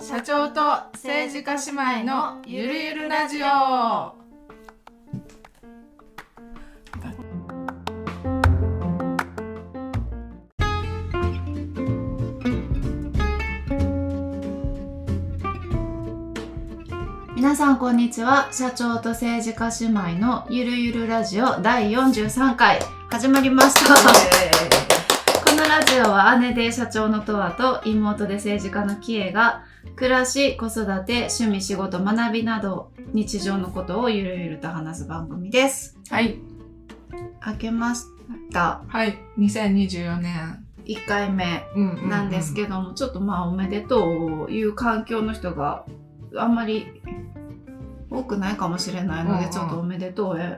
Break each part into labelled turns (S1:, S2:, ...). S1: 社長と政治家姉妹のゆるゆるラジオ。
S2: 皆さんこんにちは社長と政治家姉妹のゆるゆるラジオ第43回始まりましたこのラジオは姉で社長のとわと妹で政治家のキエが暮らし子育て趣味仕事学びなど日常のことをゆるゆると話す番組です
S1: はい、
S2: 明けました
S1: はい、2024年。
S2: 1回目
S1: うんう
S2: なんですけども、ちょっとまあおめでとういう環境の人があんまり多くないかもしれないので、
S1: うんうん
S2: ちょっとおめでとうへ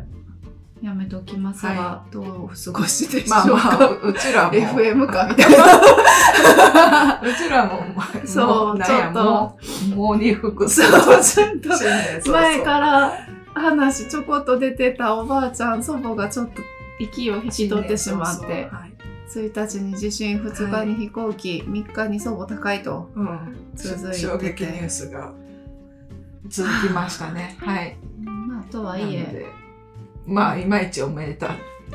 S2: やめときますが、
S1: は
S2: どうお過ごしでしょう
S1: ま
S2: か、
S1: あまあ、ううちら も。
S2: FM かみたいな
S1: うちらも、
S2: そう
S1: もなんや
S2: ちょっと
S1: もう、もう2服
S2: そうちょっと前
S1: 前か
S2: から話ちょこっと出てたおばあちゃん祖母がちょっと息を引き取ってしまって、
S1: はい
S2: 1日に地震2日に飛行機、3日に祖母高いと
S1: うん、
S2: 続いてて
S1: 衝撃ニュースが続きましたね。はい。
S2: まあとはい
S1: なの
S2: え
S1: でまあ、いまいちおめでたい。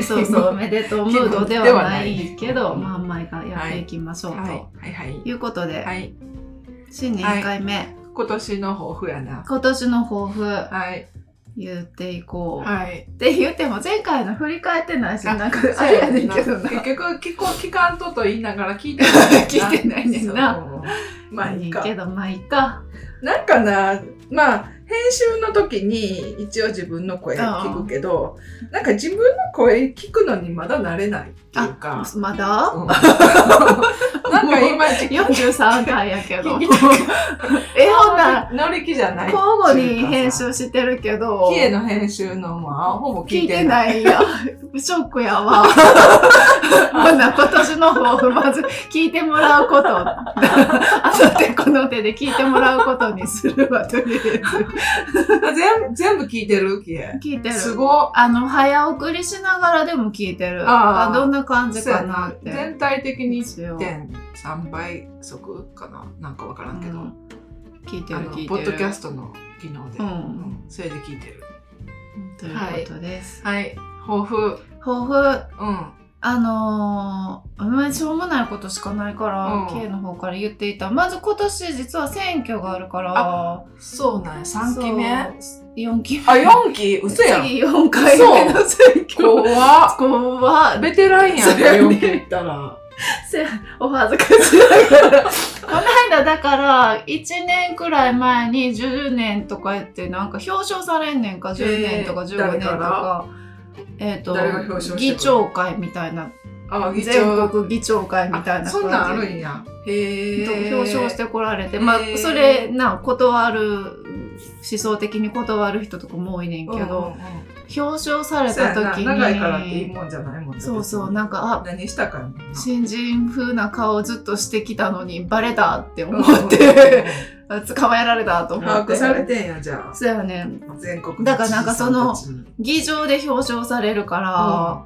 S2: そ うそう、おめでとうムードではない
S1: で
S2: け
S1: は
S2: ど、
S1: ない
S2: まあ、前がやっていきましょうと。
S1: はいい、はい、
S2: うことで、
S1: はい。
S2: 新年1回目、
S1: 今年の抱負やな。
S2: 今年の抱負、
S1: はい。
S2: 言っていこう。
S1: はい。
S2: って言っても、前回の振り返ってないし、
S1: あ
S2: なんか、あれやねんけどな。
S1: 結局、聞こ聞かんとと言いながら聞いてない。
S2: 聞いてないねんな
S1: そう。まあ、いい
S2: い
S1: か。
S2: けど、まあ、いいか。
S1: なんかな、まあ、編集の時に一応自分の声聞くけど、なんか自分の声聞くのにまだ慣れないっていうか、
S2: まだ
S1: うんなんか今、
S2: ?43 回やけど
S1: 聞。
S2: え、ほんなら、
S1: 乗り気じゃない。
S2: 交互に編集してるけど
S1: キ、エの編集のもあほぼ聞
S2: 聞
S1: い
S2: い
S1: て
S2: て
S1: ない。
S2: な いや。ショックやわ。ほな、今年の抱負、まず聞いてもらうこと。あの手この手で聞いてもらうことにするわ、とりあえず。
S1: 全部全部聞いてるキエ。
S2: 聞いてる。
S1: すご
S2: あの、早送りしながらでも聞いてる。
S1: あー
S2: あどんな感
S1: い。
S2: じ
S1: そうや
S2: か
S1: な
S2: なって。
S1: 全体的に
S2: 一応
S1: 1.3倍速かななんかわからんけど、
S2: うん聞いて
S1: あ
S2: る、
S1: の
S2: 聞いてる。
S1: ポッドキャストの機能で、
S2: うん
S1: んそれで聞いてる。
S2: ということです。
S1: はい、抱負。
S2: 抱負、
S1: うん。
S2: あのー、あんまりしょうもないことしかないから、
S1: うん
S2: K の方から言っていた。まず今年実は選挙があるから、
S1: そうなんや、三期目。あ、
S2: そう四期目。
S1: 四期嘘やん。
S2: 次4回目の選挙。
S1: 怖っ。
S2: こは、
S1: ベテランや
S2: そ
S1: ん
S2: うやね
S1: 四期行ったら。
S2: せお恥ずかしいながら。この間だから、1年くらい前に10年とかやって、なんか表彰されんねんか、10年とか
S1: えー
S2: 15年と
S1: 誰
S2: か。えっ、
S1: 誰が表彰して
S2: と、
S1: くれる
S2: 議長会みたいな、
S1: あ、議
S2: 全
S1: 長。
S2: 国議長会みたいな感
S1: あ
S2: じ
S1: そんなんあるんや。へ
S2: と
S1: え。
S2: 表彰してこられて、まあ
S1: へー
S2: それな断る思想的に断る人とかも多いねんけど、表彰され
S1: そうや
S2: た
S1: な
S2: 時に
S1: 長いからっていいもんじゃないもんね
S2: そうそうなんかあ
S1: 何したかやもんな
S2: 新人風な顔をずっとしてきたのにバレたって思って、捕まえられたと
S1: うん
S2: 思
S1: 把
S2: って
S1: 握されてんやじゃ
S2: そうやね
S1: あ全国
S2: だからなんかその
S1: 知事さんたちに
S2: 議場で表彰されるから、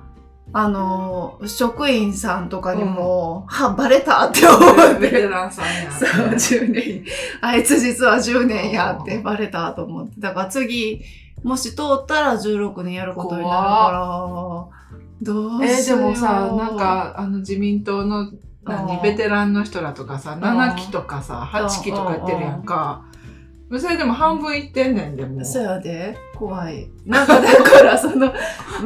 S2: あの職員さんとかにも、はバレたって思
S1: うん
S2: っ
S1: ベ
S2: て
S1: テランさんや
S2: そう10年あいつ実は10年やってバレたと思ってだから次もし通ったら16年やることになるからどう
S1: え
S2: し
S1: ーで
S2: よう
S1: もさなんかあの自民党の何
S2: うん
S1: ベテランの人らとかさ
S2: ん
S1: 7期とかさ8期とかやってるやんかそれでも半分いってんねんでもう
S2: そやで怖いなんかだ からその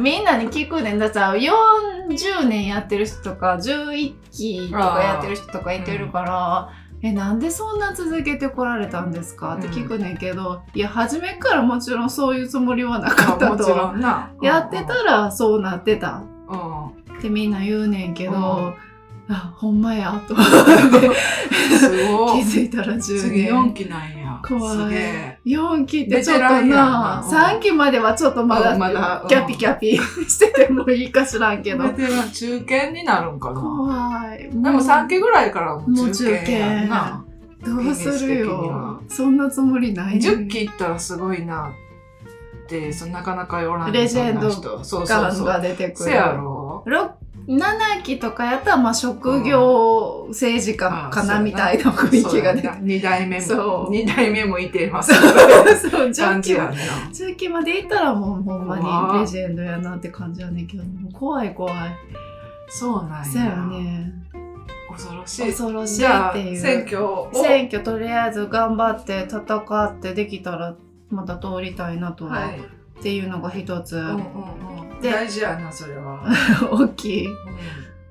S2: みんなに聞くねんだってさ40年やってる人とか11期とかやってる人とかいてるから、えなんでそんな続けてこられたんですかって聞くねんけど、いや初めからもちろんそういうつもりはなか
S1: あ
S2: った
S1: も
S2: と
S1: ちろんな
S2: やってたらそうなってた
S1: うん
S2: ってみんな言うねんけど、
S1: うん
S2: あほんまや と思って
S1: す
S2: 気
S1: ごい
S2: づいたら10
S1: 次
S2: 年
S1: 4期なんや
S2: 怖い
S1: すげえ
S2: 4期ってちょっと
S1: ベテランやな
S2: な3期まではちょっとまだ,、
S1: うんまだうん
S2: キャピキャピ しててもいいかしらんけど
S1: ベテラン中堅になるんかな
S2: 怖いで
S1: でも3期ぐらいからはもう中堅やんな
S2: どうする
S1: イメージ的には
S2: よそんなつもりないの
S1: 10
S2: に
S1: 期いったらすごいなってそのなかなかおらん
S2: レジェンド
S1: そんな人そうそう
S2: 感
S1: そう
S2: が出てく
S1: せ
S2: る
S1: やろ
S2: 6 7期とかやったら、まあ、職業政治家かなみたいな雰囲気が出て。
S1: 2代目
S2: そ
S1: も、
S2: う
S1: 二代目もいて ます。
S2: そう、10
S1: 感
S2: 期
S1: じ
S2: は
S1: や。ね。
S2: 中期まで行ったらもうほんま
S1: う
S2: に
S1: わ
S2: レジェンドやなって感じやねんけど、もう怖い怖い。
S1: そうなんや。
S2: そうやね。
S1: 恐ろしい。
S2: 恐ろし
S1: じ
S2: い
S1: ゃ
S2: っ
S1: あ、
S2: ていう。
S1: 選挙を。
S2: 選挙とりあえず頑張って戦ってできたらまた通りたいなとは、
S1: はい。
S2: っていうのが一つ、
S1: うんうんうん。
S2: で
S1: 大事やな、それは。
S2: 大きい。
S1: う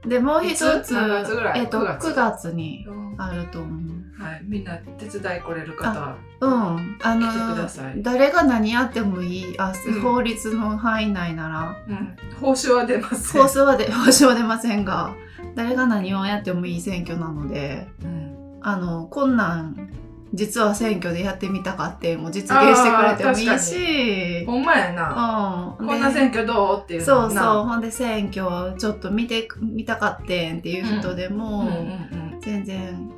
S2: でもう一
S1: い
S2: つ
S1: つ何月ぐらい
S2: えっと、
S1: 9月
S2: 9月に
S1: んうん
S2: あると思う。
S1: はい。みんな手伝い来れる方、
S2: うん、
S1: 来て
S2: あ
S1: くだ
S2: の
S1: さい。
S2: 誰が何やってもいいあ、
S1: うん
S2: 法律の範囲内なら
S1: うん。報酬は出ます。
S2: 放送はで 報酬は出ませんが誰が何をやってもいい選挙なので
S1: うん
S2: あのこんなん実は選挙でやってみたかっていうのも実現してくれてもいいし、
S1: ほんまやな。
S2: う
S1: こ
S2: ん、
S1: んな
S2: で
S1: 選挙どうっていうの
S2: そう
S1: もな
S2: そうほんで選挙をちょっと見て見たかってんっていう人で
S1: う
S2: も、
S1: んうんうん。
S2: 全然、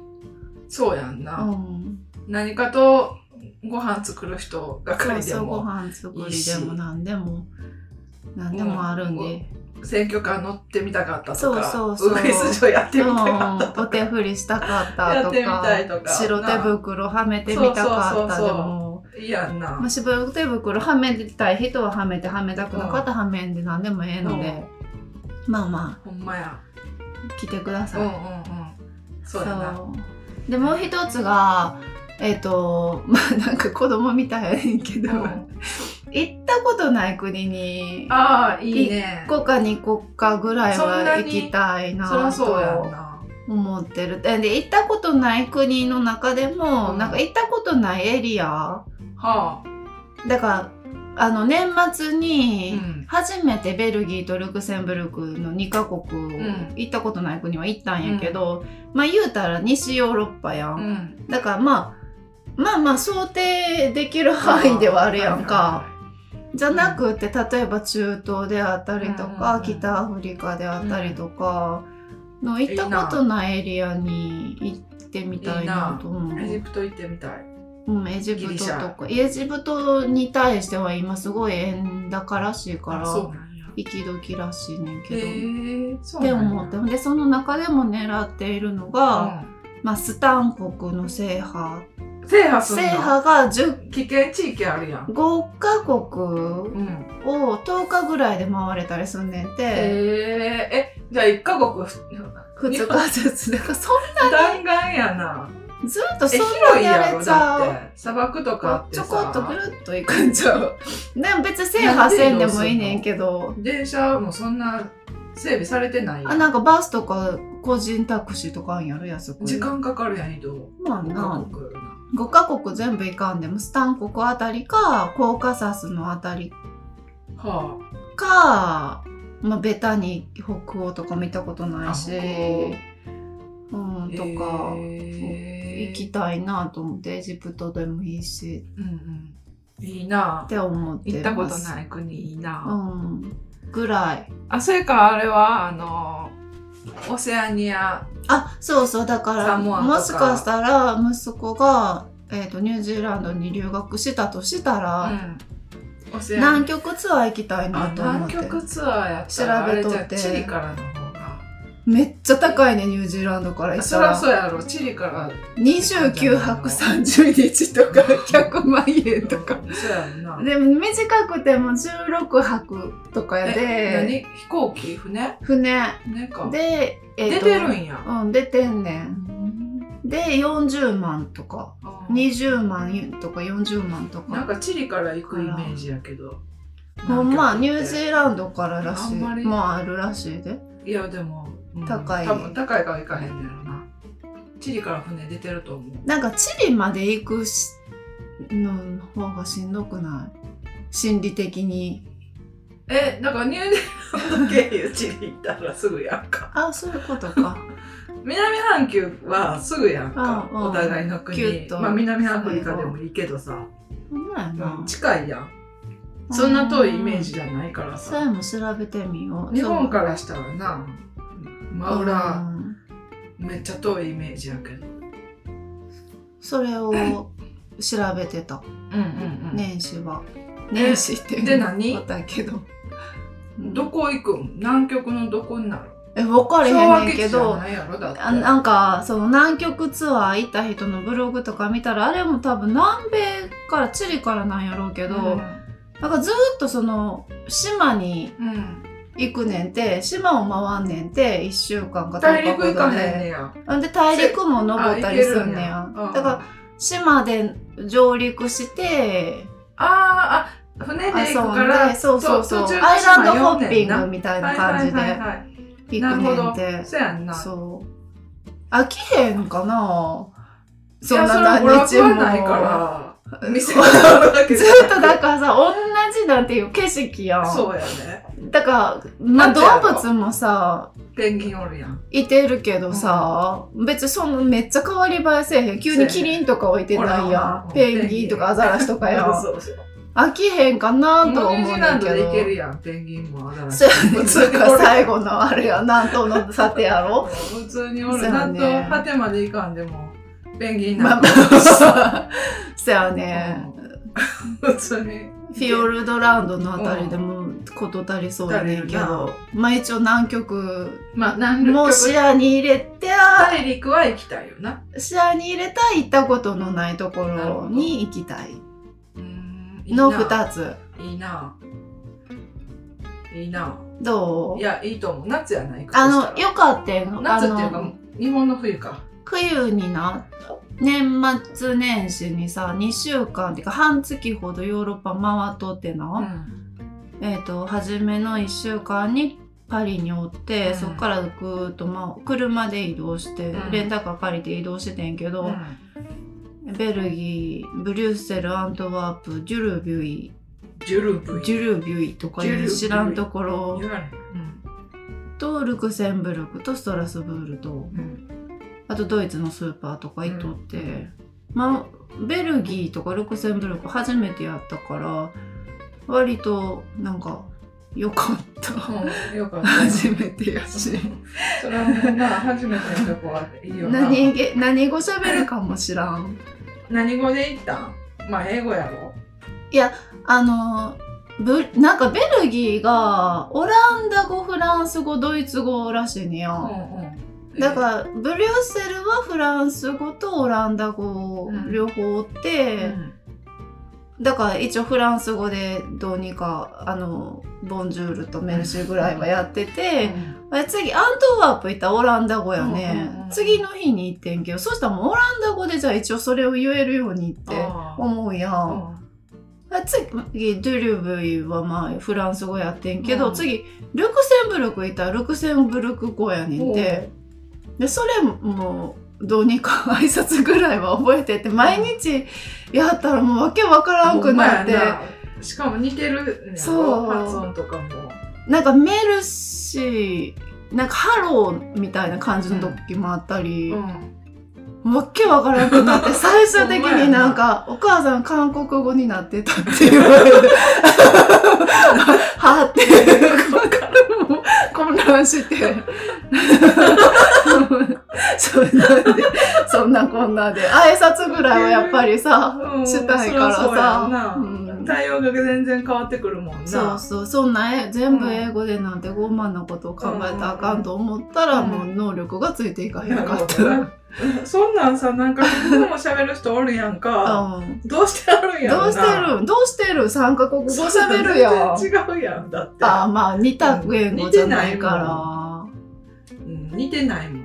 S1: そうやん
S2: う
S1: な。
S2: ん、
S1: 何かとご飯作る人がか
S2: そう
S1: りで
S2: そうご
S1: も、
S2: 飯作りでも何でも何でもあるんで、
S1: 選挙カー乗ってみたかったとか、
S2: そうそうそう
S1: ウグイス嬢やって
S2: う
S1: み
S2: ん
S1: たかったと
S2: お手
S1: か。
S2: 振りしたかった
S1: や
S2: と
S1: ってみ
S2: か
S1: たいとか
S2: 白手袋はめてみたかった
S1: そうそうそうそう
S2: でも、
S1: いいやんな。
S2: まあ、白手袋はめてたい人ははめてはめたくなかったらはめんで何でもええので、まあま
S1: ほんまや。
S2: あ来てくだ
S1: う
S2: さ
S1: ん
S2: い。
S1: うんうん。そうやな。
S2: そうでもう一つがえっ、と まあなんか子供みたいやねんけど、
S1: うん
S2: 行ったことない国に
S1: ああ、いいね。
S2: 1個か2個かぐらい
S1: そんな
S2: は
S1: に
S2: 行きたい
S1: そりゃ
S2: な
S1: そうやん
S2: と
S1: な。
S2: 思ってる。でで行ったことない国の中でも、
S1: うん
S2: なんか行ったことないエリア
S1: はあ。
S2: だからあの年末
S1: う
S2: に、
S1: ん。
S2: 初めてベルギーとルクセンブルクの2カ国を
S1: ん
S2: 行ったことない国は行ったんやけど、まあ言うたら西ヨーロッパや、
S1: うんん。
S2: だからまあまあまあ想定できる範囲ではあるやんか。じゃなくて例えば中東であったりとか、
S1: うんうんうん
S2: 北アフリカであったりとかの行ったことないエリアに行ってみたいなと思う。
S1: はいはいはいエジプト行ってみたい。
S2: うん、エジ
S1: ギ
S2: プ
S1: リ
S2: ト
S1: シャ
S2: とかエジプトに対しては今すごい円高らしいか
S1: あ
S2: ら
S1: そうなんや。
S2: 行き時らしいねんけど。
S1: へえ、そう
S2: って
S1: なんや。
S2: 思ってでその中でも狙っているのが、まあ、スタン国の制覇
S1: うん制覇すん
S2: 制
S1: の
S2: 覇が10
S1: 危険地域あるやん。
S2: 5カ国
S1: うん。
S2: を10日ぐらいで回れたりすんねん
S1: へ
S2: て、
S1: え、え、じゃあ一カ国、
S2: 2日ずつだからそ
S1: 弾丸やな。
S2: んずっと
S1: え、
S2: そんな
S1: 広い
S2: にや
S1: やろ
S2: れちゃう。
S1: だって。砂漠とかあって
S2: ち
S1: さ
S2: ょこっとぐるっと行くんち ゃう。でも別に制覇せんでもいいねんけど、
S1: 電車もそんな整備されてないやん
S2: あなんかバスとか個人タクシーとかあんやろ安く。
S1: 時間かかるやん、移動。
S2: まあな
S1: 五カ国やな
S2: 5カ国全部行かんでもスタン国あたりかコーカサスのあたり
S1: は
S2: か、まあ、ベタに北欧とかも行ったことないし、
S1: あ北
S2: うん、
S1: あ。
S2: とか、
S1: へえ
S2: 行きたいなと思ってエジプトでもいいし
S1: うんうん。いいな
S2: っ。て思って
S1: 行ったこと
S2: い、
S1: ない国いいな。
S2: うん、ぐらい
S1: あ、それかあれは、あの、オセアニア。
S2: あそうそうだから
S1: サモアとか
S2: もしかしたら息子が、えー、とニュージーランドに留学したとしたら、
S1: うん、オセアニ
S2: 南極ツアー行きたい
S1: ア。
S2: な
S1: あ
S2: と思
S1: 南
S2: って
S1: 極ツアーやったら
S2: 調べとって
S1: あれじゃあチリからの方が。
S2: めっちゃ高いねニュージーランドから行った
S1: そりゃ
S2: ら
S1: そうやろ、チリから。
S2: 29泊30日とか100万円とか。
S1: そうやんな。
S2: でも短くても16泊とかやで
S1: え、何飛行機船
S2: 船
S1: 船か。
S2: で、え
S1: 出
S2: ーと
S1: てるんや。
S2: うん出てんねんで40万とか
S1: あー
S2: 20万とか40万と
S1: なん
S2: か
S1: かチリから行くイメージやけど。
S2: ほんまあ
S1: 南
S2: ニ
S1: 極っ
S2: ュ
S1: て
S2: ージーランドかららし
S1: あ
S2: い
S1: んまり
S2: もうあるらしいで
S1: いやでも、うん
S2: 高い
S1: 多分高いから行かへんのやろな。チリから船出てると思う。
S2: なんかチリまで行くしの方がしんどくない心理的に
S1: え、だからニュージーランド経由チリ行ったらすぐやんか。
S2: あそういうこ とか
S1: 南半球はすぐやんか、
S2: うんうん
S1: お互いの
S2: キュッ
S1: 国
S2: と
S1: まあ、南アフリカでもいいけどさ、
S2: ほんまや
S1: う
S2: なん
S1: 近いやんそんな遠いイメージじゃないから
S2: さえ
S1: さ
S2: も調べてみよう
S1: 日本からしたらな真
S2: う
S1: 裏
S2: ん
S1: めっちゃ遠いイメージやけど
S2: それを調べてた
S1: うんうんね、
S2: 年始は年始って
S1: で何
S2: だけど
S1: どこ行くん南極のどこになる
S2: え分かれへんねんけ
S1: そう
S2: ど
S1: わけじゃないやろだって
S2: あなんかその南極ツアー行った人のブログとか見たらあれも多分南米からチリからなんやろうけど、なんかずーっとその島に
S1: うんうん
S2: 行くねんて島を回んねんて1週間か
S1: 大
S2: 10日
S1: 陸行
S2: ほ
S1: か
S2: ど
S1: へんね
S2: で
S1: や
S2: なんで大陸も登ったりすんね
S1: あ
S2: や
S1: 行けるんやうん
S2: だから島で上陸して
S1: あーあ船で行くか
S2: 遊ん
S1: ら
S2: でそうそうそう
S1: 途中
S2: アイランドホッピン
S1: 島寄んね
S2: グ
S1: ん
S2: みたい
S1: な
S2: な感じで
S1: はいはいはいはい
S2: 行くねんて
S1: そうやんな
S2: そう飽きへんかないそん
S1: や
S2: な
S1: それ
S2: 何
S1: 娯楽
S2: 日
S1: は
S2: も
S1: ないから店がだけ
S2: ず
S1: で
S2: っとだからさ、同じなんていう景色やん。
S1: そうやね
S2: だから、ま
S1: な
S2: あ、
S1: んて
S2: 動
S1: やろ
S2: 物もさ、
S1: ペンギンおるやん
S2: いてるけどさ、別にそんなめっちゃ変わり映えせえへん。急にキリンとか置いてない
S1: ほらほ
S2: や
S1: ら
S2: ん。ペンギンとかアザラシとかやん。
S1: そうそう
S2: 飽きへんかなとは
S1: ニュージ
S2: 思う
S1: ー
S2: ね
S1: ラ
S2: ん
S1: ン
S2: け
S1: ドで行ける
S2: ど。
S1: やんペンギンもアザラシ
S2: そうやねつうか最後のあれや、南東の査定や ろ。
S1: 普通にお
S2: そう
S1: る
S2: や
S1: な
S2: ね
S1: と果てまでいかんでもペンギン
S2: ま
S1: な
S2: あ
S1: んて
S2: ま あ、そうやね。
S1: 普通に
S2: フィヨルドランドのあたりでも事足りそうやねんけ
S1: う
S2: ど、まあ一応南極
S1: まあ南
S2: もう
S1: 極
S2: 視野に入れてあ
S1: 大陸は行きたいよな
S2: 視野に入れたい行ったことのないとこ
S1: なるほ
S2: ろ
S1: ど
S2: に行きたいう
S1: ーんいいな
S2: の2つ
S1: いいな。いいな。
S2: ど
S1: いうや、いいと思う。夏やないか。
S2: あ
S1: そした
S2: の
S1: ら
S2: よかったよあ
S1: 夏っていうか
S2: の、
S1: 日本の冬か。
S2: 冬にな年末年始にさ2週間っていうか半月ほどヨーロッパ回っとって
S1: う
S2: な、
S1: ん。
S2: えっ、と初めの1週間にパリにおって、
S1: うん
S2: そっからぐーっと、まあ、車で移動して、
S1: うん
S2: レンタカー借りて移動しててんけど、
S1: うん
S2: ベルギーブリュッセルアントワープジュルビュイ
S1: ジュルブイ。
S2: ジュルビュイとかいう知らんところ
S1: 言われるうん
S2: とルクセンブルクとストラスブールと
S1: うん
S2: あとドイツのスーパーとか行っとって、まあベルギーとかルクセンブルク初めてやったから割となんか良かった、
S1: うん。よかった。
S2: 初めてやし
S1: それはもうな、初めてのとこはいいよな。
S2: 何げ何語喋るかも知らん
S1: 何語で行ったんまあ、英語やろ。
S2: あのぶなんかベルギーがオランダ語フランス語ドイツ語らしいねや、
S1: うんうん。
S2: だからブリュッセルはフランス語とオランダ語
S1: うん
S2: 両方おっ
S1: う
S2: て、
S1: ん、
S2: だから一応フランス語でどうにかあのボンジュールとメルシーぐらいはやってて、あ次アントワープ行ったらオランダ語やね、
S1: うんうんうん
S2: 次の日に行ってんけどそしたらもうオランダ語でじゃあ一応それを言えるようにって
S1: あー
S2: 思うやん。あ次ドゥルブイはまあフランス語やってんけど、
S1: うん
S2: 次ルクセンブルクいたらルクセンブルク語やねんてでそれもどうにか挨拶ぐらいは覚えてて毎日やったらもうわけわからんくなって
S1: ほんまやなしかも似てるんやろ
S2: そう
S1: 発音とかも。
S2: なんかメルシーなんかハローみたいな感じの時もあったり、
S1: うん。
S2: わけわからなくな って最終的になんか「お母さん韓国語になってた」って 言われて「は」ってもう混乱して そんなんでそんなこんなで挨拶ぐらいはやっぱりさ
S1: うん
S2: したいから
S1: そりゃそうやんな
S2: さ、うん
S1: 対応が全然変わってくるもんな。
S2: そうそうそんなえ全部英語でなんて傲慢なことを考えたらあかんと思ったら
S1: うん
S2: もう能力がついていかへんかっ
S1: なるほ
S2: た。
S1: そんなんさ、なんか、日本も喋る人おるやんか。
S2: うん
S1: どうしてあるんやろな。
S2: どうしてるんどうしてる三カ国語
S1: そう
S2: 喋るやん。
S1: 全然違うやん。だって。
S2: あーまあ似た言語じゃないか
S1: うん似てないもん。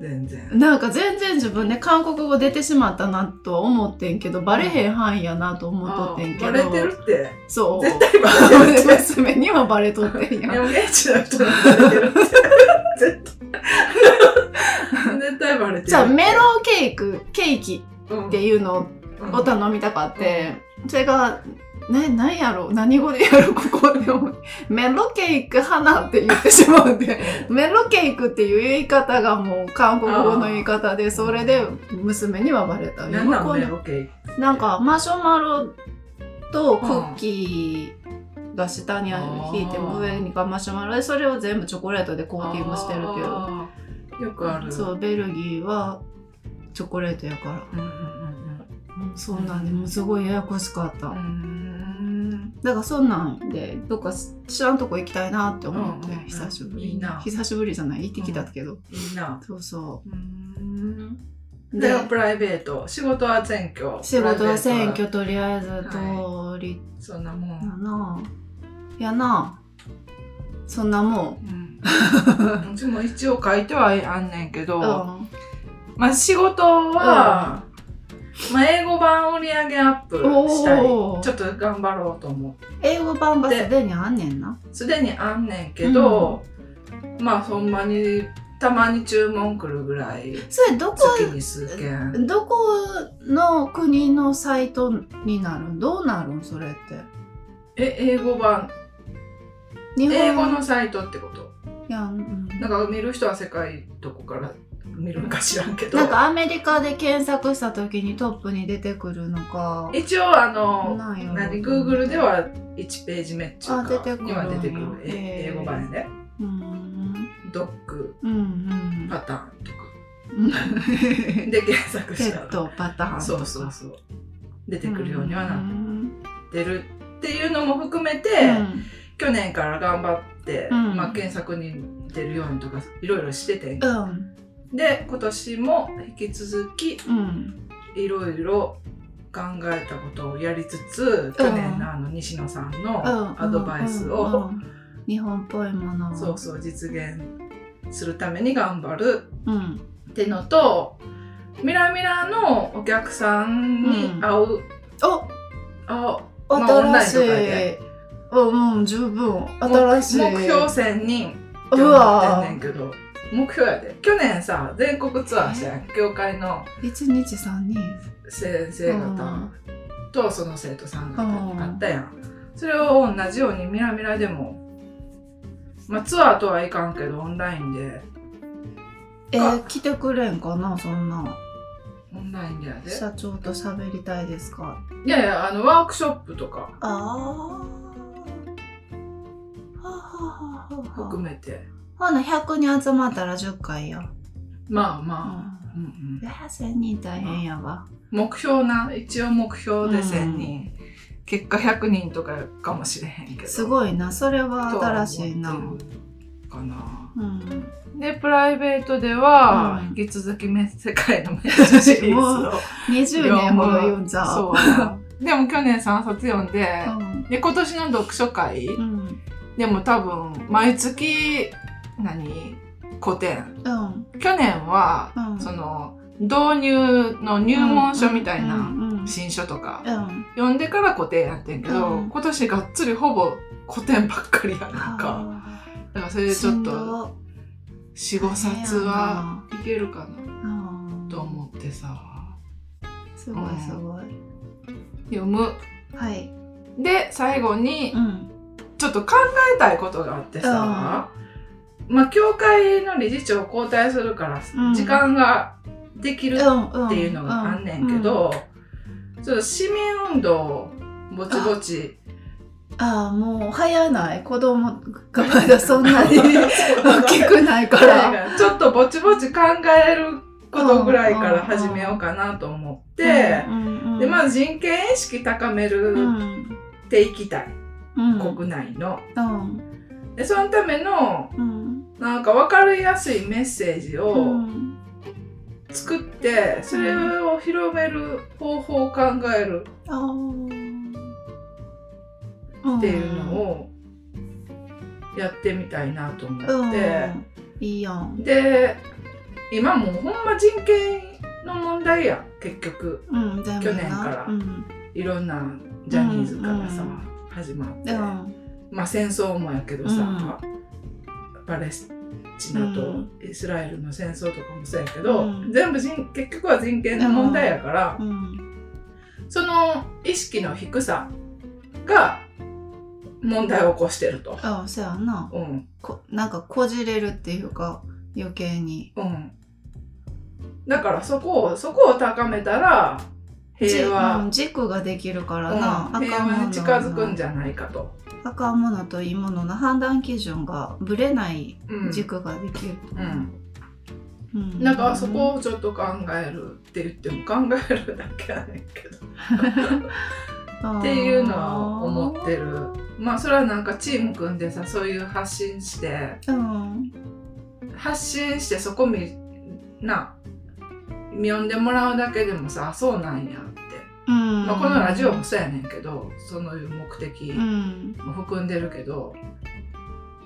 S1: 全
S2: ら。
S1: 然。
S2: なんか全然自分で韓国語出てしまったなとは思ってんけど、バレへん範囲やなと思っとってんけ
S1: あ
S2: ど。
S1: バレてるって。
S2: そう。
S1: 絶対バレてるって。
S2: 娘にはバレとってんやん。
S1: 現地の人にバレてるって。 絶対。絶対バレてる。
S2: じゃあメロンケーク、ケーキ
S1: うん
S2: っていうの
S1: うん
S2: を頼みたかって、それが、な、なんやろ何語でやるここでもメロンケーク花って言ってしまう んで。メロケイクっていう言い方がもう韓国語の言い方でそれで娘にはバレた
S1: なんなん
S2: こ
S1: メ
S2: れ
S1: ロケーキ
S2: なんかマシュマロとクッキーが下に引いても
S1: あー
S2: 上にがマシュマロでそれを全部チョコレートでコーティングしてるけど
S1: あーよくある。
S2: そうベルギーはチョコレートやから
S1: うんうんうんうん。
S2: そうなんでもうすごいややこしかった、
S1: うーん
S2: だからそんなんでどっか知らんとこ行きたいなって思って、
S1: うんうんうん
S2: 久しぶ
S1: いい
S2: り
S1: な
S2: 久しぶりじゃない行ってきたけど、
S1: いいな。
S2: そうそう
S1: ーん
S2: う
S1: ではプライベート仕事は選挙
S2: 仕事は選
S1: プライベー
S2: 挙とりあえず通り
S1: トはそんなも
S2: だ
S1: ん、
S2: な、やなそんなもん
S1: うん、うちも一応書いてはあんねんけど、
S2: うん
S1: まあ仕事は、まあ、英語版売り上げアップしたい
S2: おー
S1: ちょっと頑張ろうと思う
S2: 英語版がすでにあんねんな
S1: すでにあんねんけど、まあほんまにたまに注文来るぐらい
S2: それどこ
S1: 月に数件
S2: どこの国のサイトになるんどうなるんそれって
S1: え英語版
S2: 日本
S1: 英語のサイトってこと
S2: いや、うん、
S1: なんか見る人は世界どこから見るのか知らんけど
S2: なんかアメリカで検索した時にトップに出てくるのか
S1: 一応あの
S2: ないよ
S1: 何 Google では1ページ目っていう
S2: あ出て
S1: か
S2: くる
S1: には出てくる
S2: へ
S1: え
S2: ー
S1: 英語版で
S2: うーん
S1: ドッグ
S2: うんうん
S1: パターンとか
S2: ペ
S1: で検索した
S2: ッ
S1: ら
S2: トパターンとか
S1: そうそうそう出てくるようにはな
S2: うん
S1: ってるっていうのも含めて、
S2: うん
S1: 去年から頑張って、
S2: うん
S1: まあ、検索に出るようにとかいろいろしててん
S2: うん
S1: で今年も引き続き
S2: うん
S1: いろいろ考えたことをやりつつ去年のあの西野さん
S2: うん
S1: のアドバイスを、
S2: うんうん日本っぽいものを
S1: そうそう実現するために頑張る
S2: うん
S1: ってのとミラミラのお客さんに会う、会
S2: お
S1: うまあオンライン
S2: 新し
S1: とか
S2: い
S1: で
S2: うんうん十分新しい
S1: 目標1000人って思っ
S2: う
S1: てんね
S2: わ
S1: んけど目標やで去年さ全国ツアーしたやん教会の
S2: 一日三人
S1: 先生
S2: うん
S1: 方とその生徒さん方
S2: う
S1: に
S2: ん
S1: あったやんそれを同じようにミラミラでもまあツアーとはいかんけどオンラインで
S2: えー来てくれんかなそんな
S1: オンラインでやで
S2: 社長と喋りたいですか
S1: いやいやあのワークショップとか
S2: ああ。はあはあはあ
S1: 含
S2: は
S1: めて
S2: あ。ほな100人集まったら10回や。
S1: まあ
S2: う
S1: まあ、
S2: ん。
S1: うんうん
S2: いや、1000人大変やわ。
S1: 目標な一応目標で
S2: うん
S1: 1,000人、結果100人とかかもしれへんけど
S2: す
S1: い
S2: ごいな。それは新しいな。
S1: かな
S2: うん。
S1: でプライベートでは、
S2: うん
S1: 引き続きめ世界の名著シリーズ
S2: も
S1: を
S2: 20年も読んじゃ
S1: そうなでも去年3冊読んで、
S2: うん。
S1: で今年の読書会、
S2: うん。
S1: でも多分毎月何古典
S2: うん。
S1: 去年は、
S2: うん
S1: その導入の入門書みたいな、
S2: うんうんうん
S1: 新書とか、
S2: うん。
S1: 読んでから古典やってんけど、
S2: うん
S1: 今年がっつりほぼ古典ばっかりやなんか
S2: あ
S1: だからそ
S2: ー
S1: れでち
S2: し
S1: ょっ
S2: んど
S1: と45冊はいけるかな
S2: うん
S1: と思ってさ
S2: すごいすごい。
S1: 読む
S2: はい。
S1: で最後に
S2: うん。
S1: ちょっと考えたいことがあってさ、まあ教会の理事長交代するから
S2: うん
S1: 時間ができる
S2: っ
S1: っていうのがあんねんけ。ど、ちょっと市民運動をぼちぼち
S2: ああ、もう早ない。子供がまだそん なに大きくないか
S1: から
S2: ら。
S1: ちょっとぼちぼち考えることぐらいから始めようかなと思って、
S2: うん
S1: でま
S2: ず、
S1: あ人権意識高め
S2: う
S1: る
S2: ん
S1: っていきたい、
S2: うん、
S1: 国内の。
S2: うん
S1: でそのための
S2: うん
S1: なんか分かりやすいメッセージ
S2: う
S1: を
S2: ん
S1: 作って、それを広める方法を考える
S2: あー
S1: っていうのをやってみたいなと思
S2: うん
S1: って。
S2: うん、いいやん、
S1: で今もうほんま人権の問題やん結局
S2: うん、全部な
S1: 去年から
S2: うん
S1: いろんなジャニーズからさ、
S2: うんうん
S1: 始まって、
S2: うん
S1: まあ戦争もやけどさ、パレスチナとイスラエルの戦争とかもそうやけど、
S2: うん
S1: 全部人結局は人権の問題やから
S2: う、ん
S1: その意識の低さが問題を起こしてると。
S2: あそうやな
S1: うん
S2: こなんかこじれるっていうか余計に
S1: うん、だからそこをそこを高めたら平和、
S2: じうん、軸ができるからな、
S1: うん、平和に近づくんじゃないかと。
S2: 赤ものといいものの判断基準がぶれない
S1: うん
S2: 軸ができる、
S1: うん、
S2: うん
S1: なんかそこをちょっと考えるって言っても考えるだけやねんけどっていうのは思ってるまあそれはなんかチーム組んでさそういう発信して
S2: うん
S1: 発信してそこみな読んでもらうだけでもさあそうなんやって、
S2: うん
S1: まあ、このラジオもそうやねんけどそのいう目的
S2: うん
S1: も含んでるけど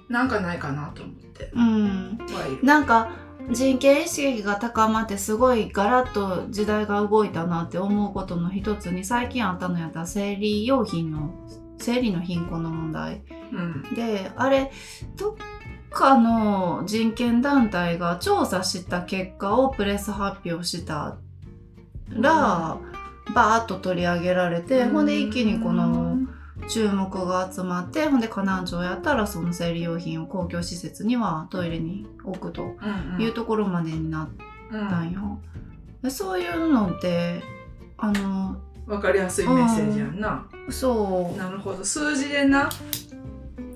S1: なんかないかなと思って
S2: うん
S1: はいる
S2: なんか人権意識が高まってすごいガラッと時代が動いたなって思うことの一つに最近あったのやったら生理用品の生理の貧困の問題
S1: うん
S2: であれどっかの人権団体が調査した結果をプレス発表したら、バーッと取り上げられて、ほんで一気にこの注目が集まってほんで河南省やったらその生理用品を公共施設にはトイレに置くと
S1: うん
S2: いうところまでにな
S1: う
S2: ったん
S1: ん
S2: よ。でそういうのってあの
S1: わかりやすいメッセージやんな、
S2: そう
S1: なるほど数字でな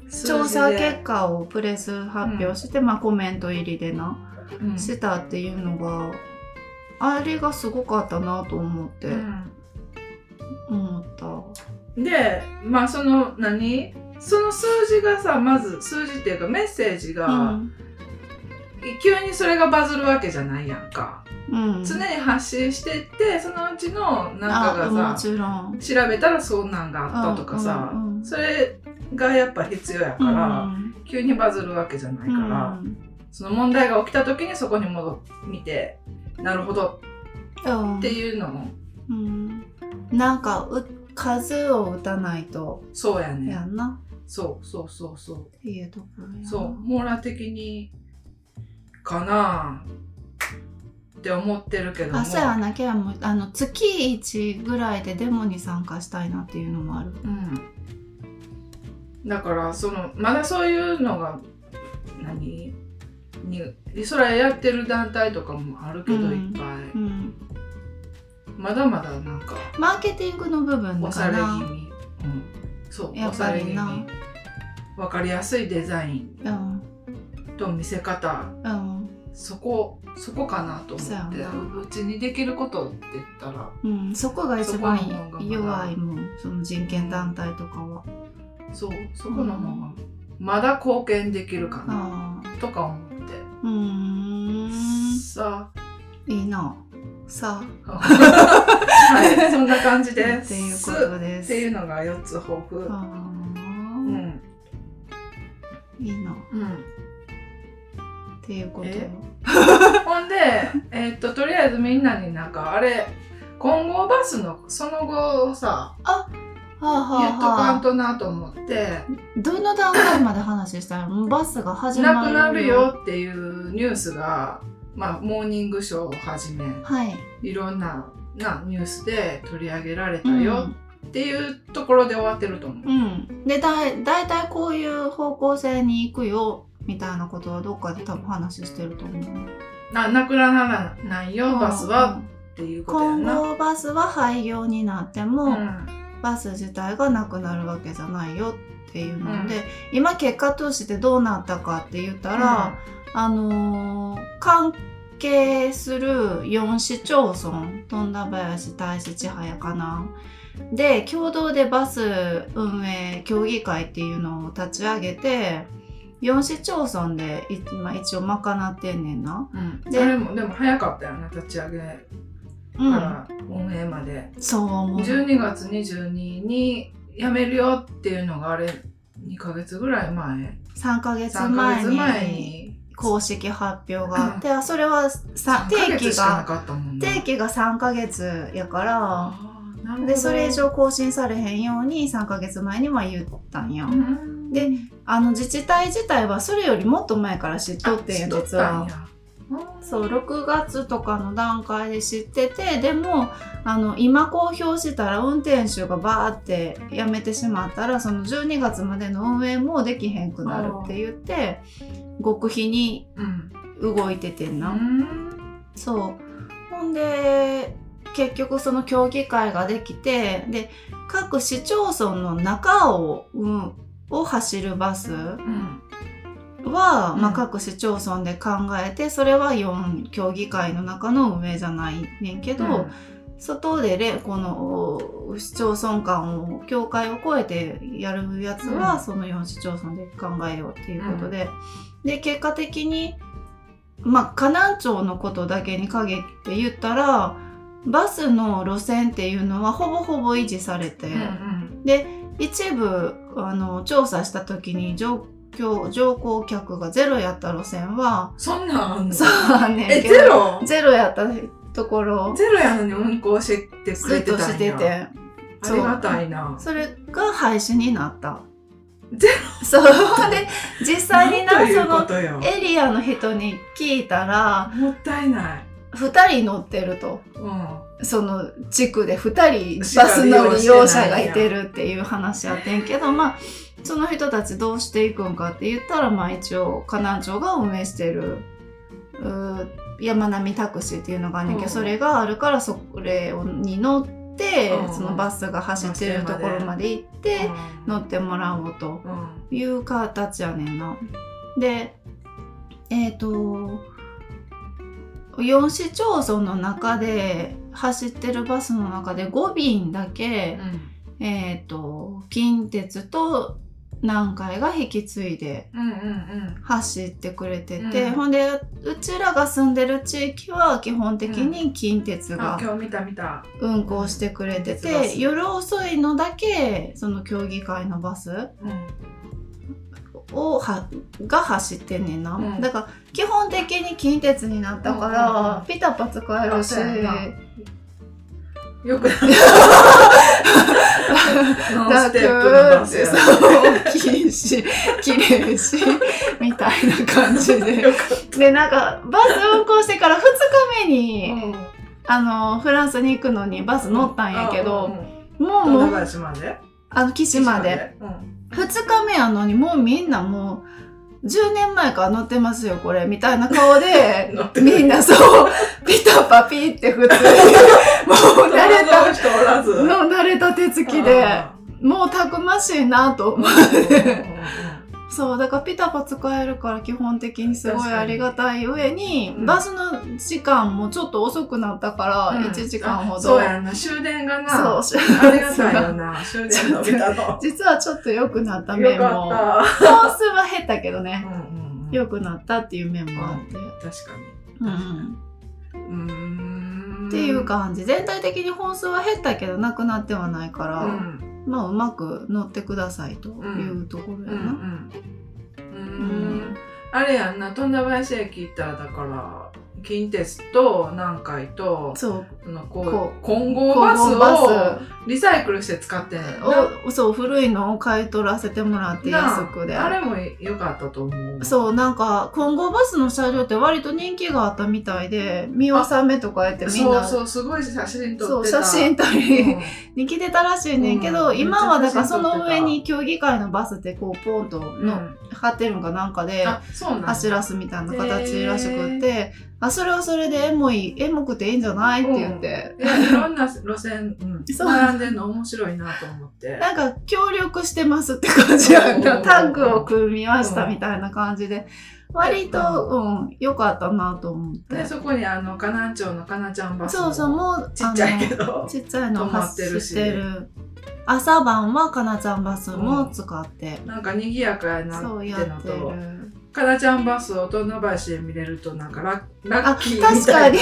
S1: 数字で
S2: 調査結果をプレス発表して、まあコメント入りでな。
S1: うん
S2: してたっていうのがあれがすごかったなと思って、思った。
S1: うんでまあその何その数字がさまず数字っていうかメッセージが、
S2: うん
S1: 急にそれがバズるわけじゃないやんか、
S2: うん、
S1: 常に発信していってそのうちのなんか
S2: あ
S1: がさ
S2: もちろん
S1: 調べたらそんなんがあったとかさ、
S2: うんうんうん
S1: それがやっぱ必要やから、
S2: うん
S1: 急にバズるわけじゃないから、その問題が起きた時にそこに戻ってみてなるほど
S2: うん
S1: っていうのも
S2: うんなんかう数を打たないと
S1: そうやね
S2: やんな
S1: そうそうそうそ
S2: っていうところや
S1: う
S2: な
S1: そう網羅的にかなあって思ってるけども
S2: あそうやなケアもあの月1ぐらいでデモに参加したいなっていうのもある
S1: うん、だからそのまだそういうのが何にリソラやってる団体とかもあるけど、
S2: うん
S1: いっぱ
S2: う
S1: い
S2: ん
S1: まだまだなんか
S2: マーケティングの部分
S1: 押され
S2: か
S1: 気
S2: な
S1: 味、うん、そう
S2: や
S1: 押
S2: っ
S1: さ
S2: ぱ
S1: れ気
S2: り
S1: 味
S2: な
S1: わかりやすいデザイン
S2: うん
S1: と見せ方
S2: うん
S1: そこそこかなと思って
S2: そうやな
S1: うちにできることって言ったら
S2: うん、そこが一番
S1: そこの方がまだ
S2: 弱いもんその人権団体とかは、
S1: そうそこの方がまだ貢献できるかな
S2: ああ
S1: とか思って、
S2: うーん
S1: さあ
S2: いいなさ
S1: はい、そんな感じ
S2: あ
S1: で
S2: って
S1: す。
S2: いうことです
S1: っていうのが4つ抱負。う
S2: ああ
S1: ん。
S2: いいなっ
S1: うん、
S2: ていうこと
S1: えほんで、えーっととりあえずみんなになんかあれ混合バスのその後をさ
S2: はあ
S1: 言っとかん
S2: はあ、
S1: となと思って
S2: どの段階まで話したのバスが始ま
S1: な
S2: る
S1: くなるよっていうニュースが、まあ、モーニングショーをはじめ
S2: はい、
S1: いろんななニュースで取り上げられた
S2: うん、
S1: よっていうところで終わってると思う。
S2: うんでだいだいたいこういう方向性に行くよみたいなことはどっかで多分話してると思う
S1: ななくならないよバス
S2: うんう
S1: は
S2: ん
S1: っていうことや
S2: 今
S1: な。
S2: 後バスは廃業になっても、
S1: うん
S2: バス自体がなくなるわけじゃないよっていうので、今結果としてどうなったかって言ったら、あのー関係する4市町村富田林大志千早かなで共同でバス運営協議会っていうのを立ち上げて4市町村でいまあ一応賄ってんねんな。
S1: うん、
S2: で
S1: それもでも早かったよね立ち上げか
S2: うん、
S1: ら運営まで、
S2: そう思う。
S1: 12月22日に辞めるよっていうのがあれ2ヶ月ぐらい前
S2: 3ヶ月
S1: 3ヶ
S2: 前
S1: 月
S2: に
S1: 前に
S2: 公式発表があって、あそれはさ
S1: 3ヶ
S2: 定
S1: 月
S2: 期
S1: しかな
S2: が
S1: かったもんね
S2: 定期が3ヶ月やから
S1: あーなるほど
S2: でそれ以上更新されへんように3ヶ月前には言ったんや、
S1: うん
S2: であの自治体自体はそれよりもっと前から知っとってん
S1: 知
S2: や
S1: っとっ
S2: 実
S1: たん
S2: は
S1: やうん
S2: そう6月とかの段階で知っててでもあの今公表したら運転手がバーって辞めてしまったらその12月までの運営もできへんくなるって言って極秘に
S1: うん
S2: 動いててんな。
S1: うん
S2: そうほんで結局その協議会ができてで各市町村の中を,、うん、を走るバスは、
S1: うんうん
S2: まあ、各市町村で考えてそれは4協議会の中の運営じゃないねんけど、
S1: うん
S2: 外でねこの市町村間を境界を越えてやるやつは、その4市町村で考えようっていうことで、で結果的にまあ河南町のことだけに限って言ったらバスの路線っていうのはほぼほぼ維持されて、で一部あの調査した時に状況乗降客がゼロやった路線は
S1: そんなんあんの
S2: そうねん
S1: え
S2: けど
S1: ゼロ
S2: ゼロやったところ
S1: ゼロやのに運行してってく
S2: ず
S1: れ
S2: ってと
S1: た
S2: し
S1: ん
S2: て
S1: や
S2: て
S1: ありがたいな
S2: それが廃止になった
S1: ゼ
S2: ロ そうで実際に
S1: なん
S2: な
S1: というこ
S2: その
S1: とよ
S2: エリアの人に聞いたら
S1: もったいない
S2: 2人乗ってると
S1: う
S2: その地区で2
S1: し
S2: 人
S1: か
S2: バスの利用者がいてるっていう話やってんけどまあその人たちどうしていくんかって言ったらまあ一応河南町が運営してるうー山並タクシーっていうのがあんねんけど、
S1: うん
S2: それがあるからそれをに乗って、
S1: うん
S2: そのバスが走ってるところまで行って、
S1: ん
S2: 乗ってもらおうと
S1: うん
S2: いう形やねんな。でえっ、と4市町村の中で走ってるバスの中で5便だけ、えっ、と近鉄と南海が引き継いで
S1: うんうんうん
S2: 走ってくれてて、
S1: うん
S2: ほんでうちらが住んでる地域は基本的に近鉄
S1: あ
S2: が
S1: 今日見た見た
S2: 運行してくれてて、
S1: うん
S2: 夜遅いのだけその協議会のバス、
S1: うん
S2: をはが走ってんねんな、
S1: うん
S2: だから基本的に近鉄になった
S1: う
S2: か
S1: んうんう
S2: ら
S1: ん
S2: ピタパ使えるし、
S1: あそうやんなよく ノンステップのバスや
S2: 楽そう大き いし綺麗しみたいな感じ で
S1: よかっ
S2: でなんかバス運行してから2日目
S1: た
S2: に、あのフランスに行くのにバス乗ったんやけ
S1: うんう
S2: ど、
S1: んうん
S2: もう
S1: どん
S2: も
S1: な
S2: う
S1: 返しまで
S2: あの岸まで
S1: うん
S2: 2日目やのにもうみんなもう10年前から乗ってますよこれみたいな 顔で。
S1: 乗ってくれ
S2: みんなそう、ピタパピって普通に、もう慣れ
S1: 乗
S2: た、
S1: る人おらず
S2: の慣れた手つきで、もうたくましいなと思う。そう、だからピタパ使えるから基本的にすごいありがたい上に、
S1: うん
S2: バスの時間もちょっと遅くなったから、1時間ほど。
S1: そうやな終電がな
S2: そう、
S1: ありがたいよな終電伸び たの
S2: 実はちょっと良くなった
S1: よ
S2: 面も、
S1: かっ
S2: 本数は減ったけど
S1: た
S2: ね、
S1: うんうんうん
S2: 良くなったっていう面もあって。
S1: 確かに
S2: うん
S1: うーん
S2: っていう感じ全体的に本数は減ったけどなくなってはないか
S1: う
S2: ら、
S1: ん
S2: まあうまく乗ってくださいというところ
S1: う
S2: やな、
S1: んうんうんあれやんな富田林駅行ったらだから近鉄と南海と
S2: そう
S1: あの
S2: こ
S1: こ
S2: う
S1: う混合バス
S2: 混合
S1: を
S2: バ
S1: リサイクルして使ってんねんな
S2: スをそう古いのを買い取らせてもらって安くで
S1: あれも良かったと思う
S2: そうなんか混合バスの車両って割と人気があったみたいで見納めとかやってみん
S1: そう
S2: な
S1: そうすごい写真
S2: そ
S1: 撮っ
S2: う
S1: てた
S2: 写真撮り
S1: うん
S2: に来てたらしいねんけど、
S1: うん
S2: 今はだ
S1: めっち
S2: から
S1: ゃ
S2: そ
S1: 写真撮ってた
S2: の上に協議会のバスってこうポンとの、貼ってるんかなんかで
S1: あそうなんだ
S2: 走らすみたいな形らしくって、あそれはそれでエモいエモくていいんじゃないって言って、
S1: いやいろんな路線、うん、
S2: そう
S1: 並んでるの面白いなと思って
S2: なんか協力してますって感じやん
S1: う
S2: なんタッグを組みましたみたいな感じで割とうん良かったなと思って、
S1: でそこにあの河南町のかなちゃんバス
S2: そうそう
S1: も
S2: もう
S1: ちっちゃいけ
S2: あ
S1: ど
S2: のちっちゃいの
S1: 止まって
S2: 走
S1: るし
S2: ってる朝晩はかなちゃんバスも使って、
S1: なんか賑やかやな
S2: そう
S1: っ
S2: や
S1: ての
S2: ってる
S1: とかなちゃんバスを大人橋で見れるとなんかラッラ
S2: あ
S1: ッキーみたい
S2: 確 かに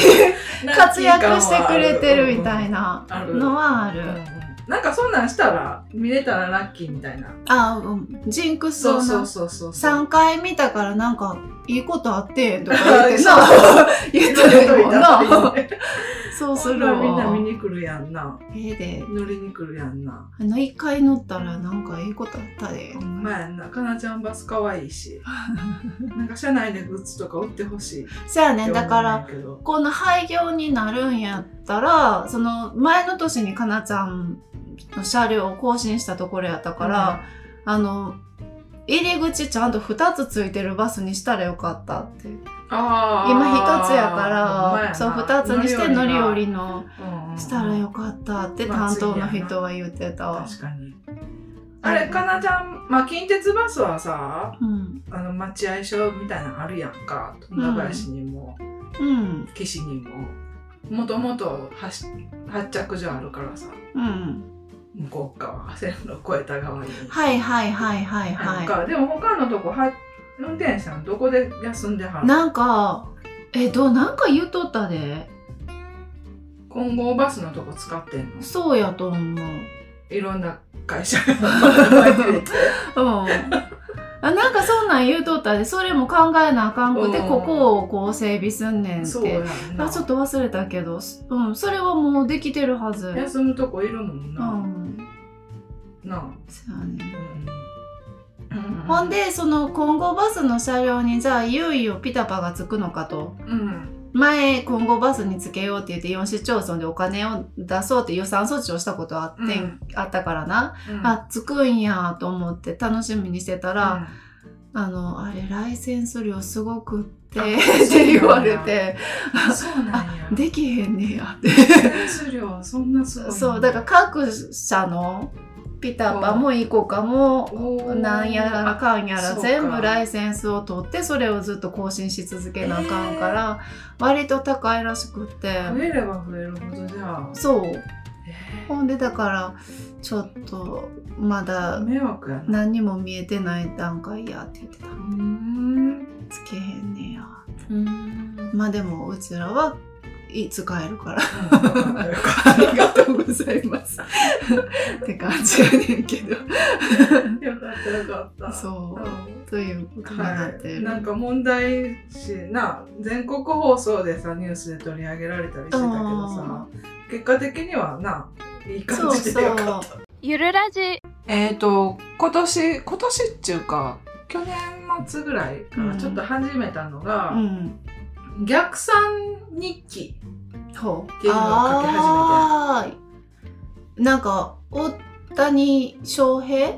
S1: なラッキー感は
S2: 活躍してくれてるみたいな
S1: ある
S2: のはあ
S1: あ
S2: る。
S1: るうんうんうんなんかそんなんしたら見れたらラッキーみたいな
S2: あ、うん、ジンクス
S1: そ
S2: を
S1: うそう
S2: な
S1: そうそうそう
S2: 3回見たからなんかいいことあってんとか言 ってな言っ
S1: そう
S2: てる
S1: そう
S2: もんな
S1: そう
S2: そうす
S1: そん
S2: る
S1: な
S2: わ
S1: みんな見に来るやんな
S2: ええで
S1: 乗りに来るやんな
S2: あの1回乗ったらなんかいいことあったで
S1: ほんまやんなかなちゃんバス可愛い しなんか車内でグッズとか売ってほしいって
S2: そや
S1: 思う
S2: ね
S1: ねん
S2: だから
S1: けど
S2: この廃業になるんやったらその前の年にかなちゃんの車両を更新したところやったから、あの入り口ちゃんと2つついてるバスにしたらよかったって
S1: あー
S2: 今1つやか
S1: ほんまや
S2: ら
S1: な
S2: そう2つにして乗り降りの
S1: うんうん
S2: したらよかったって担当の人は言ってた。
S1: 確かにあれかなちゃん、まあ、近鉄バスはさ
S2: うん、
S1: あの待合所みたいなのあるやんか富田林にも、
S2: うん、
S1: 岸にももともと発発着所あるからさ
S2: うん。
S1: 向こう側線路越えた側に
S2: はいはいはいはい
S1: なん
S2: は。
S1: か、でも他のとこは運転手さんどこで休んではいる
S2: なんか、え、どう、なんか言うとったで。
S1: 混合バスのとこ使ってんの
S2: そうやと思う。う
S1: いろんな会社が入 ってて
S2: ん。あなんかそんなん言うとったで、それも考えなあかんくて、
S1: うん
S2: ここをこう整備すんねんっ
S1: そうや
S2: て。
S1: んな
S2: あちょっと忘れたけど、すうん、それはもうできてるはず。
S1: 休むとこいるもん
S2: う
S1: な、
S2: ん。
S1: なあ、
S2: そうやね。
S1: うんうん、
S2: ほんでその混合バスの車両にじゃあいよいよピタパがつくのかと
S1: うん
S2: 前混合バスにつけようって言って4市町村でお金を出そうって予算措置をしたことあって、
S1: うん
S2: あったからな、
S1: うん
S2: あつくんやと思って楽しみにしてたら、
S1: うん
S2: あのあれライセンス料すごくってっ
S1: あ
S2: て言われて
S1: あそうなん や
S2: できへんねやって
S1: 熱量そんなすごいの
S2: そうだから各社のピタパもイコカも
S1: おー
S2: なんやらかんや
S1: あ
S2: ら
S1: そうか
S2: 全部ライセンスを取ってそれをずっと更新し続けなあかんから、割と高いらしくって
S1: 増えれば増えるほどじゃあ、
S2: そう
S1: え
S2: ほんでだからちょっとまだ
S1: ー、迷惑やな
S2: 何にも見えてない段階やって言ってた
S1: うーん
S2: つけへんねや
S1: うーん
S2: まあでもうちらはいつ帰るから あ
S1: あ
S2: りがとうございますって感じやねんけど
S1: よかったよかった。
S2: そう
S1: う
S2: ということに
S1: ん。は
S2: なって
S1: い。
S2: る、
S1: なんか問題視な全国放送でさニュースで取り上げられたりしてたけどさ結果的にはないい感じでよかった。
S3: ゆるラジ
S1: えっ、と今年今年っていうか去年末ぐらいからちょっと始めたのが、
S2: うん
S1: 逆算日記。
S2: ほう
S1: っていうのを書き始めて
S2: あーなんか大谷翔平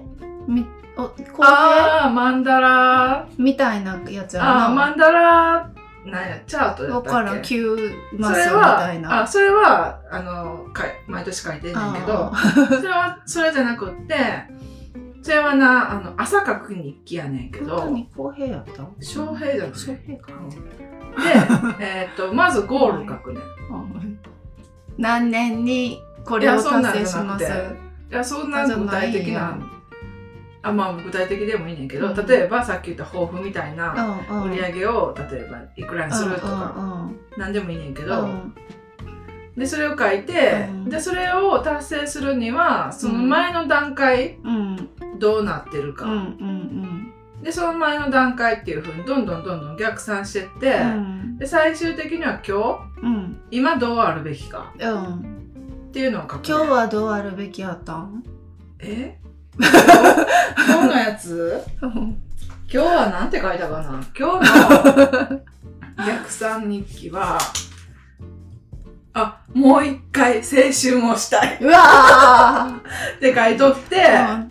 S2: みお浩平
S1: ああマンダラー。
S2: みたいなやつや
S1: ああマ
S2: な
S1: ンダラーなんやチャートや
S2: 分
S1: ったっけ。
S2: からん9マ
S1: そ
S2: ス
S1: れ
S2: みたい
S1: は
S2: な
S1: あそれはあのかい毎年書いてんねんけど
S2: あ
S1: それはそれじゃなくってそれはなあの朝書く日記やねんけ
S2: 本当
S1: ど
S2: に浩平やった
S1: 翔平じゃない
S2: 翔平か
S1: で、えー、とまずゴール書くねん
S2: うん何年にこれ
S1: い
S2: を
S1: やそんなん
S2: 達成します
S1: じゃなくいやそん
S2: あ
S1: な
S2: じゃあ
S1: 具体的
S2: ない
S1: なん
S2: や
S1: あまあ具体的でもいいねんけど、
S2: うん
S1: 例えばさっき言った抱負みたいな売
S2: 売
S1: り上げを例えばいくらにするとか何でもいいねんけど、でそれを書いて、
S2: うん
S1: でそれを達成するにはその前の段階、
S2: うんうん
S1: どうなってるか、
S2: うんうん
S1: でその前の段階っていうふうにどんどんどんどん逆算してって、
S2: うん
S1: で最終的には今
S2: うんうん
S1: 日今どうあるべきか
S2: うん
S1: っていうのを書く
S2: 今日はどうあるべきやったん
S1: え 今日のやつ今日はなんて書いたかな今日 の逆算日記はあもう一回青春をしたい
S2: うわ
S1: って書いとって、
S2: ー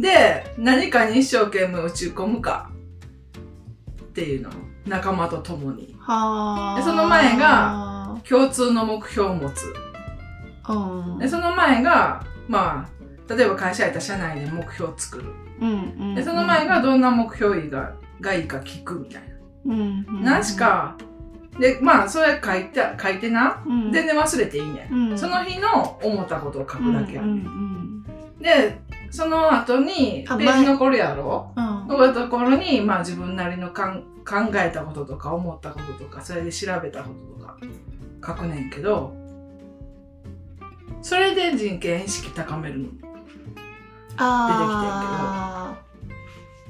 S1: で何かに一生懸命打ち込むかっていうの仲間と共に。
S2: は
S1: でその前が、共通の目標を持つ
S2: うん、
S1: でその前がまあ例えば会社やったら社内で目標を作る
S2: うんうん
S1: でその前が、どんな目標いいががいいか聞くみたい
S2: うんうん、
S1: な何し、かでまあそれ書いて書いてな
S2: うん、
S1: 全然忘れていいね、
S2: うんん、
S1: その日の思ったことを書くだけやね、
S2: うんうん
S1: でその後にペ
S2: あ
S1: ージ残るやろ
S2: うん
S1: そういうところに、まあ、自分なりのかん考えたこととか思ったこととかそれで調べたこととか書くねんけどそれで人権意識高める
S2: あ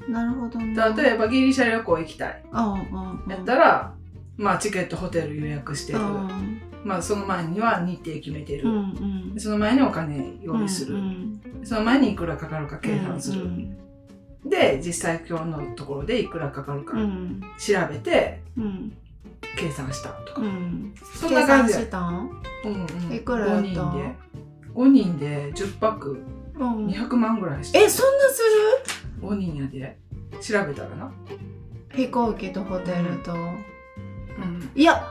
S2: ーなるほどね
S1: の例えばギリシャ旅行行きたい
S2: ば、うんうん、
S1: やったら、まあ、チケットホテル予約してる、
S2: うん
S1: まあ、その前には日程決めてる、
S2: うんうん
S1: その前にお金用意する、
S2: うん
S1: その前にいくらかかるか
S2: うん、
S1: 計算する、
S2: うん
S1: で実際今日のところでいくらかかるか
S2: うん
S1: 調べて
S2: うん
S1: 計算したとか、
S2: うん、
S1: そんな感じ
S2: 計
S1: や
S2: 算してたん、
S1: うんうん、
S2: いくらや
S1: 5
S2: った
S1: 人で5人で10泊
S2: うん、
S1: 200万ぐらいして
S2: えそんなす
S1: 5人やで調べたらな、
S2: る飛行機とホテルと、
S1: うん、
S2: いや、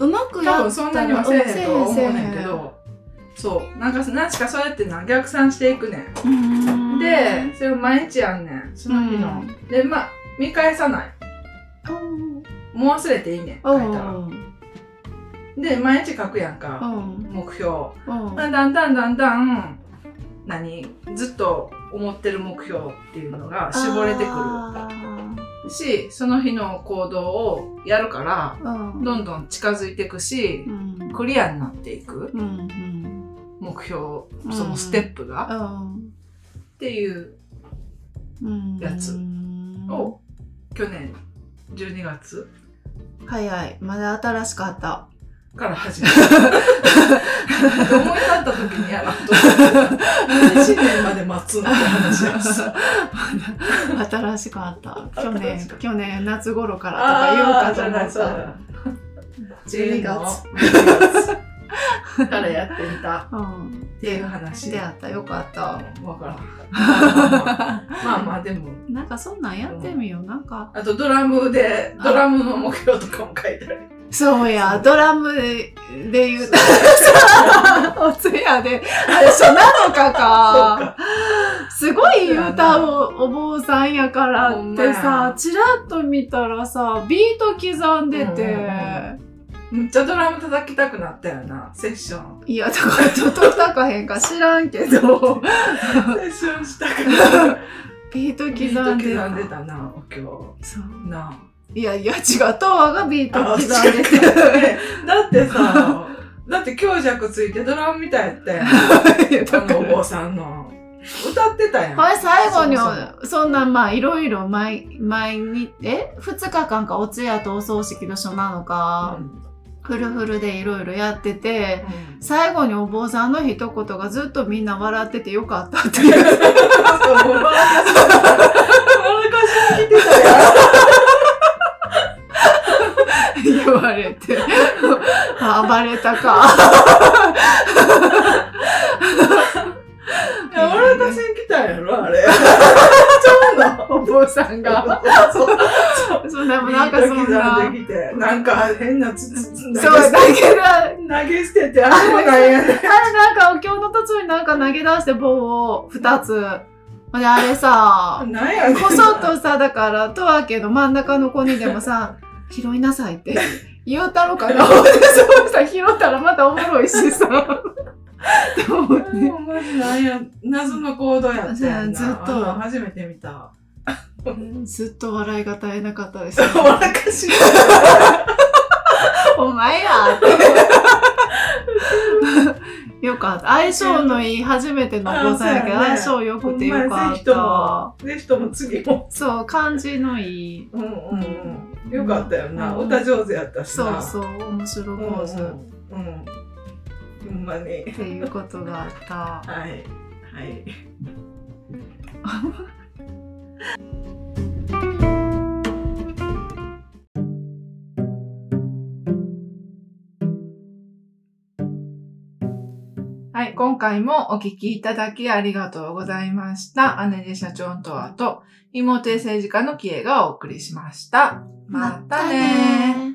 S2: うまくや
S1: 多
S2: ったら
S1: 分そんなにはせえへんとは思う
S2: せえ
S1: ね
S2: へ
S1: ん
S2: ん
S1: けどそうなんか何しかそうやってな逆算していくね
S2: うーん
S1: んでそれを毎日やんねんその日の、でまあ見返さないもう忘れていいねん書いたらで毎日書くやんか、
S2: うん
S1: 目標
S2: うん
S1: だんだんだんだんだん何ずっと思ってる目標っていうのが絞れてく
S2: あ
S1: るしその日の行動をやるから
S2: ーうん
S1: どんどん近づいていくし
S2: うん
S1: クリアになっていく
S2: うんうん
S1: 目標
S2: ん
S1: そのステップがっていう
S2: うん
S1: やつ
S2: うん
S1: を去年12月
S2: 早いまだ新しか った
S1: から始めた思い立った時にやらんと1年まで待つのって話やし
S2: まだ新しかった去
S1: 新
S2: 年
S1: しかった
S2: 去年夏頃からとか言う
S1: あ
S2: か
S1: あ
S2: と
S1: そう
S2: 思
S1: だ
S2: っ
S1: そう
S2: た
S1: だ
S2: 12月
S1: からやってみた
S2: うん
S1: っていう話
S2: 出会ったよかった
S1: わからんまあまあまあでも
S2: なんかそんなんやってみようなんか
S1: あとドラムでドラムの目標とかも書いてある
S2: そうやドラムで言 うとお通夜であれそうな
S1: そう
S2: のかか
S1: か
S2: すごい言うたおお坊さんやから
S1: ほん
S2: っ
S1: まや
S2: てさちらっと見たらさビート刻んでて、
S1: うんうんめっちゃドラム叩きたくなったよなセッション
S2: いやだからちょっと高へんか知らんけど
S1: セッションしたくな った
S2: ビート刻んで
S1: ビート
S2: た
S1: 刻んでたなお経
S2: そう
S1: なあ
S2: いやいや違うトワがビート
S1: あ
S2: 刻ん
S1: 違
S2: で
S1: う
S2: て
S1: だって さ、だって強弱ついてドラムみたいやったやん。
S2: いやだ
S1: あ
S2: か
S1: のお
S2: ら
S1: 坊さんの。歌ってたやん。
S2: これ最後に
S1: そう
S2: そんなまあいろいろ毎毎日え2日間かお通夜とお葬式の書なのか、フルフルでいろいろやってて最後にお坊さんの一言がずっとみんな笑っててよかったってい
S1: そ
S2: う
S1: う笑かし笑かしに来てたや
S2: 言われてあ暴れたか
S1: ん。いや笑かしに来たやろ、あれ。ちょう
S2: お坊さんが
S1: ど。そう
S2: そうでも
S1: ビ
S2: なん
S1: ー
S2: かそ
S1: ト
S2: んな
S1: 刻んできて、なんか変なつつつ
S2: そ
S1: 投
S2: う
S1: げ捨
S2: だ
S1: て
S2: けどあれ
S1: 投げ捨てて、あれもなんやねん。
S2: なんかお経の途中になんか投げ出して棒を2つほんであれさ
S1: なんやねん。
S2: こそっとさだからとわけの真ん中の子にでもさ「拾いなさい」って言うたろかなほんで そうさ拾ったらまたおもろいしさって思っ
S1: あ
S2: て
S1: れもマジなんや、謎の行動やったやんな。
S2: ずっと
S1: あ初めて見た。
S2: ずっと笑いが絶えなかったです
S1: 笑かしに
S2: お前やって よかった相性のいい初めてのお子さんやけど
S1: あそうやねほ
S2: 相性良く
S1: ん
S2: て
S1: ま
S2: よか
S1: や
S2: っ
S1: ぜひとも
S2: た、
S1: ぜひとも次も。
S2: そう感じのいい
S1: うんうんうん。よかったよな。
S2: うん
S1: 歌上手やったし
S2: そ
S1: な。
S2: うそう面白
S1: うんうん。
S2: ポーズっ
S1: うん。ほんまに。
S2: ていうことがあった
S1: はい。はい。
S2: はい、今回もお聞きいただきありがとうございました。姉で社長とあと、妹で政治家のキエがお送りしました。またねー。